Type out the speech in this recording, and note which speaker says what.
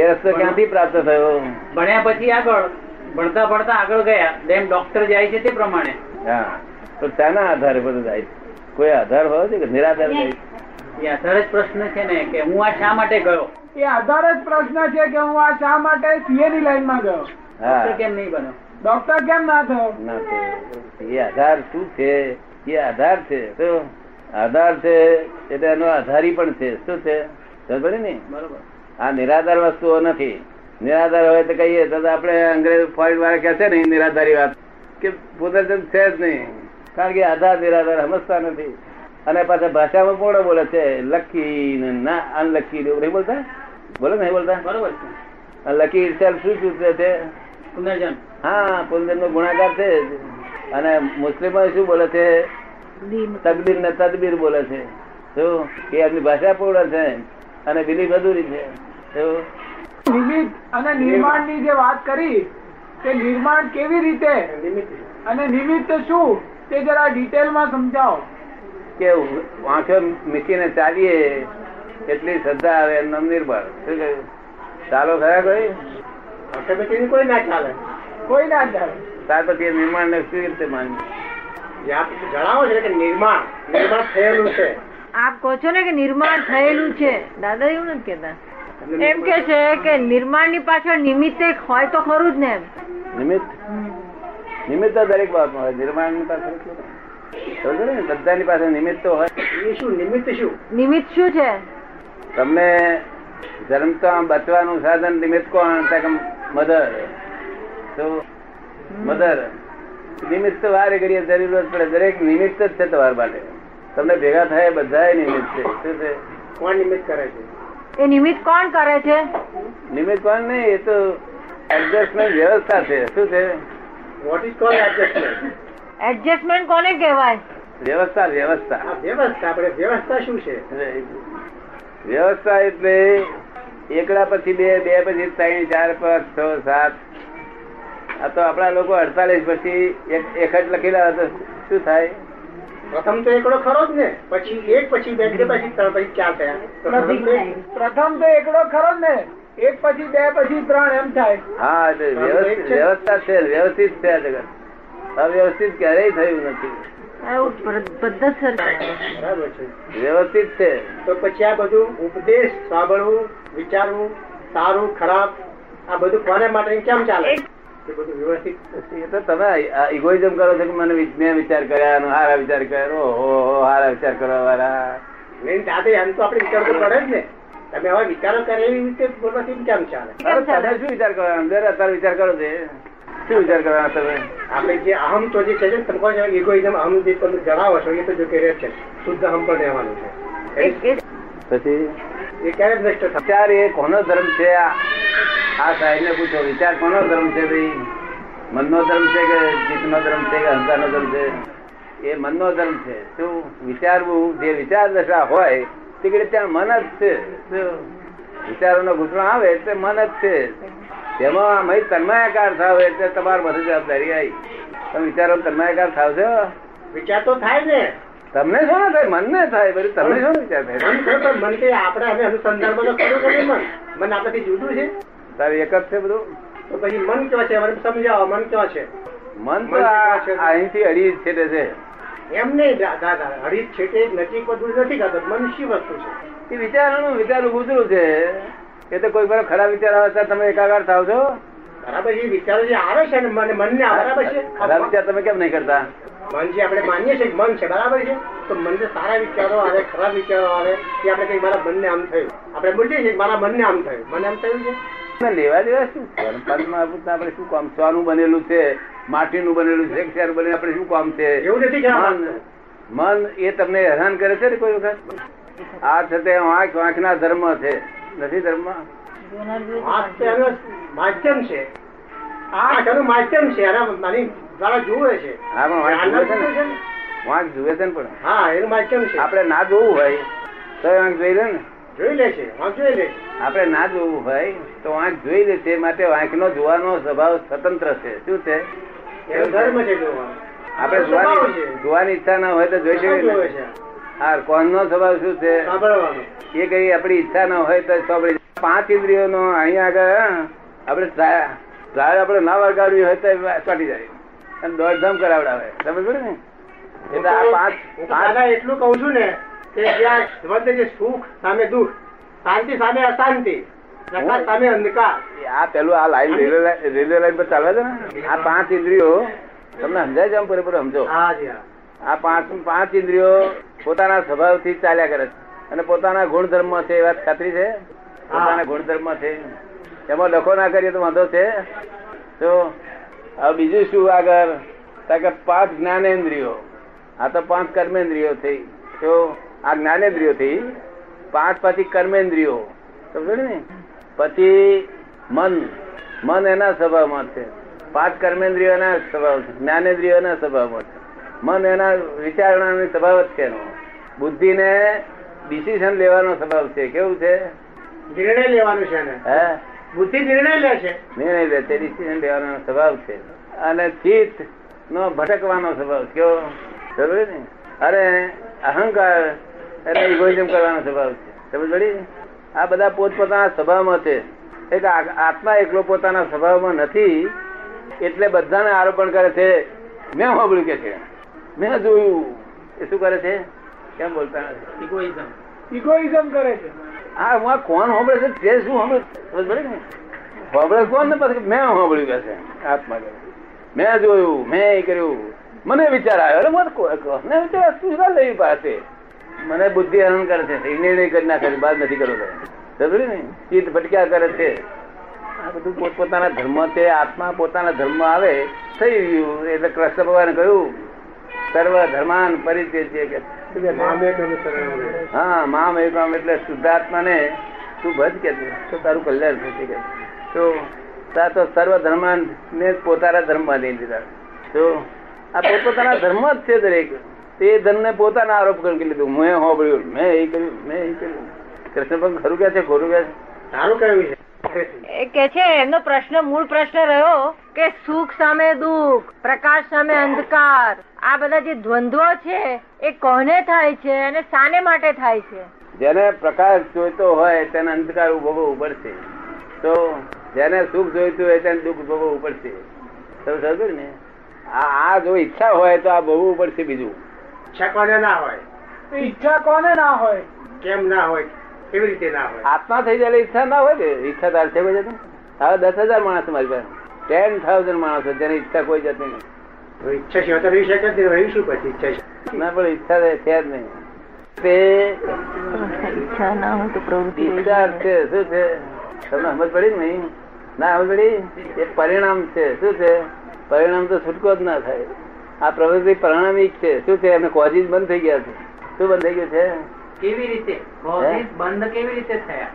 Speaker 1: એ રસ્તો ક્યાંથી પ્રાપ્ત થયો
Speaker 2: ભણ્યા પછી આગળ ભણતા ભણતા આગળ ગયા જેમ ડોક્ટર જાય છે તે પ્રમાણે
Speaker 1: હા તો તેના આધારે બધું જાય છે. કોઈ આધાર હોય છે કે નિરાધાર જાય છે?
Speaker 2: એ આધાર જ પ્રશ્ન છે ને કે હું આ શા માટે ગયો
Speaker 3: એ આધાર જ પ્રશ્ન છે કે હું આ શા માટે સીએ ની લાઈન માં ગયો
Speaker 2: ડૉક્ટર
Speaker 1: હા
Speaker 2: કેમ નહીં બન્યો
Speaker 3: ડોક્ટર કેમ ના થયો
Speaker 1: ના થયો. એ આધાર શું છે એ આધાર છે તો આધાર છે એટલે એનો આધારી પણ છે શું છે સમજ પડી ને
Speaker 2: બરોબર
Speaker 1: આ નિરાધાર વસ્તુઓ નથી નિરાધાર હોય તો કહીએ તો આપણે અંગ્રેજ ફોરેન વાળા કહે છે ને એ નિરાધારી વાત કે પુનર્જન્મ છે જ નહીં કારણ કે આધાર નિરાધાર સમજતા નથી અને પાછા ભાષામાં પૂર્ણ બોલે છે લકી ને ના અનલકી નહીં બોલતા બોલે નહીં બોલતા
Speaker 2: બરોબર છે
Speaker 1: લકી ઇટસેલ્ફ શું સૂચવે છે
Speaker 2: પુનર્જન્મ
Speaker 1: હા પુનર્જન્મનો ગુણાકાર છે જ. અને મુસ્લિમો શું બોલે છે તકબીર ને તદબીર બોલે છે શું એ એમની ભાષા પૂર્ણ છે અને બિલીફ અધૂરી છે શું
Speaker 3: નિમિત્ત અને નિર્માણ ની જે વાત કરી તે નિર્માણ કેવી રીતે અને નિમિત્ત શું તે જરા ડિટેલ માં સમજાવો
Speaker 1: કે વાંખે મીકીને ચાલીએ એટલી શ્રદ્ધા આવે એનું નામ નિર્બળ શું કહ્યું ચાલો ખરા કોઈ
Speaker 2: કોઈ ના ચાલે
Speaker 3: કોઈ ના ચાલે
Speaker 1: ત્યાર પછી એ નિર્માણ ને કેવી રીતે માનવું
Speaker 2: જણાવો છે કે નિર્માણ નિર્માણ થયેલું છે
Speaker 4: આપ કહો છો ને કે નિર્માણ થયેલું છે દાદા એવું નથી કેતા એમ કે છે કે નિર્માણ ની પાછળ નિમિત્ત એક હોય તો ખરું જ ને એમ
Speaker 1: નિમિત્ત નિમિત્ત તો દરેક બાબતમાં હોય નિર્માણ ની પાસે એટલું નહીં. સમજો ને બધાની પાસે નિમિત્ત તો હોય
Speaker 2: એ શું નિમિત્ત શું
Speaker 4: નિમિત્ત શું છે
Speaker 1: તમને જન્મતા બચવાનું સાધન નિમિત્ત કોણ મધર તો મધર નિમિત્ત તો વારે ઘડીએ જરૂર જ પડે દરેક નિમિત્ત જ છે તમારા માટે તમને ભેગા થાય બધા નિમિત્ત છે શું છે
Speaker 2: કોણ નિમિત્ત કરે છે
Speaker 4: એ નિમિત્ત કોણ કરે છે
Speaker 1: નિમિત્ત કોણ નહીં એ તો એડજસ્ટમેન્ટ વ્યવસ્થા છે શું છે
Speaker 2: what is call adjustment
Speaker 4: adjustment કોને કહેવાય
Speaker 1: વ્યવસ્થા વ્યવસ્થા
Speaker 2: વ્યવસ્થા આપણે વ્યવસ્થા શું છે
Speaker 1: વ્યવસ્થા એટલે એકડા પછી બે બે પછી ત્રણ ચાર પાંચ છ સાત આ તો આપણા લોકો અડતાલીસ પછી એક એક જ લખેલા હતા શું થાય
Speaker 2: પ્રથમ તો એકડો ખરો જ ને પછી એક પછી બે કે પછી ત્રણ પછી ચાર થયા તો પ્રથમ તો એક-
Speaker 3: પ્રથમ તો એકડો ખરો જ ને એક પછી બે પછી ત્રણ એમ થાય
Speaker 1: હા એટલે વ્યવસ્થિત વ્યવસ્થા છે વ્યવસ્થિત છે આ જગત અવ્યવસ્થિત ક્યારેય થયું નથી
Speaker 4: આવું પદ્ધત સર
Speaker 2: બરાબર છે
Speaker 1: વ્યવસ્થિત છે
Speaker 2: તો પછી આ બધું ઉપદેશ સાંભળવું વિચારવું સારું ખરાબ આ બધું કોને માટે કેમ ચાલે એ બધું વ્યવસ્થિત
Speaker 1: એ તો તમે ઇગોઇઝમ કરો છો કે મને વિ- મેં વિચાર કર્યા અને હારા વિચાર કર્યા ઓહો હારા વિચાર કરવા વાળા
Speaker 2: મેં દાદા એમ તો આપણે વિચારવું તો પડે જ ને તમે હવે વિચારો કરે એવી રીતે બોલવાથી કેમ ચાલે
Speaker 1: અરે તમે શું વિચાર કરવાનો દર અત્યારે વિચાર કરો છે શું વિચાર કરવાનો તમે
Speaker 2: આપણે જે અહમ તો જે છે ને તમે કહો છો ઇગોઇઝમ અહમ જે તમે જણાવો છો એ તો જો કે રહે છે શુદ્ધ અહમ પણ રહેવાનું છે એ-
Speaker 1: પછી
Speaker 2: એ ક્યારે જ નષ્ટ થશે
Speaker 1: વિચાર એ કોનો ધર્મ છે આ આ સાહેબને પૂછો વિચાર કોનો ધર્મ છે ભાઈ મનનો ધર્મ છે કે જીતનો ધર્મ છે કે અહંકારનો ધર્મ છે એ મનનો ધર્મ છે શું વિચારવું જે વિચાર દશા હોય તે કીધું ત્યાં મન જ છે શું? વિચારોનો ઘૂંટણો આવે એટલે મન જ છે તેમાં અમે તન્માયાકાર થાવ એટલે તમારી બધી જવાબદારી આવી તમે વિચારો તન્માયાકાર થાવ છો
Speaker 2: વિચાર તો થાય ને
Speaker 1: તમને શું ના થાય મનને થાય બધું તમને શું વિચાર થાય
Speaker 2: મન ખરું પણ મન કે આપણે હવે અનુસંધાનમાં તો ખરું કે નહીં મન મન આપણાથી જુદું છે
Speaker 1: તારે એક જ છે બધું
Speaker 2: તો પછી મન ક્યાં છે મને સમજાવો મન ક્યાં છે
Speaker 1: મન તો આ- આ અહીંથી અડી જ છેટે છે
Speaker 2: એમ નહીં દા- દાદા હરીફ છેટે નજીક બધું નથી કરતો મનુષ્ય વસ્તુ છે
Speaker 1: એ વિચારવાનું વિચારનું ગુજરું છે એ તો કોઈ પર ખરાબ વિચાર આવે ત્યારે તમે એકાકાર થાવ છો
Speaker 2: બરાબર છે, એ વિચારો જે આવે છે ને મને મનને આ બરાબર છે
Speaker 1: ખરાબ વિચાર તમે કેમ નહીં કરતા
Speaker 2: મન જે આપણે માનીએ છીએ કે મન છે બરાબર છે તો મનને સારા વિચારો આવે ખરાબ વિચારો આવે કે આપણે કઈ મારા મનને આમ થયું આપણે બોલીએ છીએ કે મારા મનને આમ થયું મને આમ થયું છે
Speaker 1: અને લેવા દેવા શું પરમાત્મા આપણા આપણે શું કામ સોનું બનેલું છે માટીનું બનેલું છે શેર બનેલું આપણે શું કામ છે
Speaker 2: એવું નથી કહેવા
Speaker 1: મન મન એ તમને હેરાન કરે છે ને કોઈ વખત આ છતે આંખ આંખના ધર્મ છે નથી ધર્મ
Speaker 2: વાત તો એનું માધ્યમ છે આ એનું માધ્યમ છે એના માની દ્વારા જુએ છે
Speaker 1: હા પણ વાંક જુએ છે ને વાંક જુએ
Speaker 2: આનંદ છે ને?
Speaker 1: છે ને પણ
Speaker 2: હા એનું માધ્યમ છે
Speaker 1: આપણે ના જોવું હોય તો એ વાંક જોઈ લે ને
Speaker 2: જોઈ લે છે વાંક જોઈ લે છે
Speaker 1: આપણે ના જોવું હોય તો વાંક જોઈ લે છે માટે વાંકનો જોવાનો સ્વભાવ સ્વતંત્ર છે શું છે
Speaker 2: એનો ધર્મ છે જોવાનો
Speaker 1: આપણે
Speaker 2: સ્વભાવ
Speaker 1: જોવાની
Speaker 2: છે
Speaker 1: જોવાની ઈચ્છા ના હોય તો જોઈ શકીએ ને?
Speaker 2: જોવે છે
Speaker 1: હા કોણનો સ્વભાવ શું છે
Speaker 2: સાંભળવાનો
Speaker 1: એ કઈ આપણી ઈચ્છા ના હોય તો સાંભળી પાંચ ઇન્દ્રિયોનો અહીંયા આગળ આપણે ટ્રા- ટ્રાયલ આપણે ના વગાડવી હોય તો એ ચોટી જાય અને દોડધામ કરાવડાવે સમજ પડે ને
Speaker 2: હું
Speaker 1: એટલે આ
Speaker 2: તો-
Speaker 1: પાંચ
Speaker 2: હું તો
Speaker 1: પાંચ
Speaker 2: દાદા એટલું કહું છું ને કે જ્યાં વચ્ચે જે સુખ સામે દુઃખ શાંતિ સામે અશાંતિ પ્રકાશ સામે અંધકાર
Speaker 1: આ પેલું આ line railway line railway line પર ચાલે છે ને આ પાંચ ઇન્દ્રિયો તમને સમજાય છે આમ પૂરેપૂરો સમજો
Speaker 2: હા જી હા
Speaker 1: આ પાંચ પાંચ ઇન્દ્રિયો પોતાના સ્વભાવથી જ ચાલ્યા કરે છે અને પોતાના ગુણધર્મ છે એ વાત ખાતરી છે પોતાના ગુણધર્મ છે એમાં લખો ના કરીએ તો વાંધો છે તો હવે બીજું શું આગળ તો કે પાંચ જ્ઞાનેન્દ્રિયો આ તો પાંચ કર્મેન્દ્રિયો થઈ તો આ જ્ઞાનેન્દ્રિયો થઈ પાંચ પછી કર્મેન્દ્રિયો સમજો ને પછી મન મન એના સ્વભાવમાં છે પાંચ કર્મેન્દ્રિયો એના સ્વભાવ છે જ્ઞાનેન્દ્રિયો એના સ્વભાવમાં છે મન એના વિચારણાનો સ્વભાવ જ છે એનો બુદ્ધિને ડિસિઝન લેવાનો સ્વભાવ છે કેવું છે
Speaker 2: નિર્ણય લેવાનું છે એને
Speaker 1: હે
Speaker 2: બુદ્ધિ નિર્ણય લે છે
Speaker 1: નિર્ણય લે છે ડિસિઝન લેવાનો સ્વભાવ છે અને ચિત્ત નો ભટકવાનો સ્વભાવ છે. કેવો સમજ ને અરે અહંકાર એટલે ઇગોઇઝમ કરવાનો સ્વભાવ છે સમજ પડી આ બધા પોતપોતાના સ્વભાવમાં છે એક આ- આત્મા એકલો પોતાના સ્વભાવમાં નથી એટલે બધાને આરોપણ કરે છે મેં સાંભળ્યું કે છે મેં જોયું એ શું કરે છે કેમ બોલતા નથી
Speaker 3: ઇગોઇઝમ કરે છે
Speaker 1: હા હું આ કોણ સાંભળે છે તે શું સાંભળે છે? ખબર પડી ને સાંભળે કોણ ને પછી મેં સાંભળ્યું કે છે આત્મા કહે છે. મેં જોયું મેં એ કર્યું મને વિચાર આવ્યો અરે મને કો- કોને વિચાર શું ના લેવી પાસે મને બુદ્ધિ હરણ કરે છે એ નિર્ણય કરી નાખે છે બાદ નથી કરવો તો સમજ્યું ને ચિત્ત ભટક્યા કરે છે આ બધું પોતપોતાના ધર્મ તે આત્મા પોતાના ધર્મ આવે થઈ ગયું એટલે કૃષ્ણ ભગવાન કહ્યું સર્વ ધર્માન પરિત્યજ્ય કે શું કહે છે?
Speaker 2: મામે અનુસરણ કરે.
Speaker 1: હા મામ એકમ એટલે શુદ્ધાત્માને તું ભજ કે છે, તો તારું કલ્યાણ થશે કે છે. તો તા તો સર્વ ધર્માન ને પોતાના ધર્મમાં લઈ લીધા તો આ પોતપોતાના ધર્મ જ છે દરેક તે ધર્મને પોતાના આરોપ કરી લીધું મેં હોબળ્યું મેં એ કર્યું મેં એ કર્યું કૃષ્ણ પણ ખરું કે છે ખોટું કે છે
Speaker 2: તારું કયું છે
Speaker 4: એ કે છે એમનો પ્રશ્ન મૂળ પ્રશ્ન રહ્યો કે સુખ સામે દુઃખ પ્રકાશ સામે અંધકાર આ બધા જે દ્વંદ્વ છે એ કોને થાય છે અને શાને માટે થાય છે
Speaker 1: જેને પ્રકાશ જોઈતો હોય તેને અંધકાર ઉભોગવવું પડશે તો જેને સુખ જોઈતું હોય તેને દુઃખ ભોગવવું પડશે તમે સમજો ને આ આ જો ઈચ્છા હોય તો આ ભોગવવું પડશે બીજું
Speaker 2: ઈચ્છા કોને ના હોય
Speaker 3: તો ઈચ્છા કોને ના હોય
Speaker 2: કેમ ના હોય કેવી રીતે ના હોય
Speaker 1: આત્મા થઈ જાય એટલે ઈચ્છા ના હોય ને ઈચ્છા તાર છે કોઈ જાતની? હવે દસ હજાર માણસ છે મારી પાસે ટેન થાઉઝન્ડ માણસો જેને ઈચ્છા કોઈ જતી નહીં
Speaker 2: તો ઈચ્છા સિવાય તો રહી શકે જ નહીં. રહ્યું શું પછી ઈચ્છા છે
Speaker 1: ના પણ ઈચ્છા છે જ નહીં તે
Speaker 4: ઈચ્છા ના હોય તો
Speaker 1: discharge છે શું છે તમને સમજ પડી ને નહીં ના સમજ પડી એ પરિણામ છે શું છે પરિણામ તો છૂટકો જ ના થાય આ પ્રવૃત્તિ પરિણામી જ છે શું છે એમને કોજીસ બંધ થઈ ગયા છે શું બંધ થઈ ગયું છે
Speaker 2: કેવી રીતે
Speaker 1: Causes
Speaker 2: બંધ કેવી રીતે થયા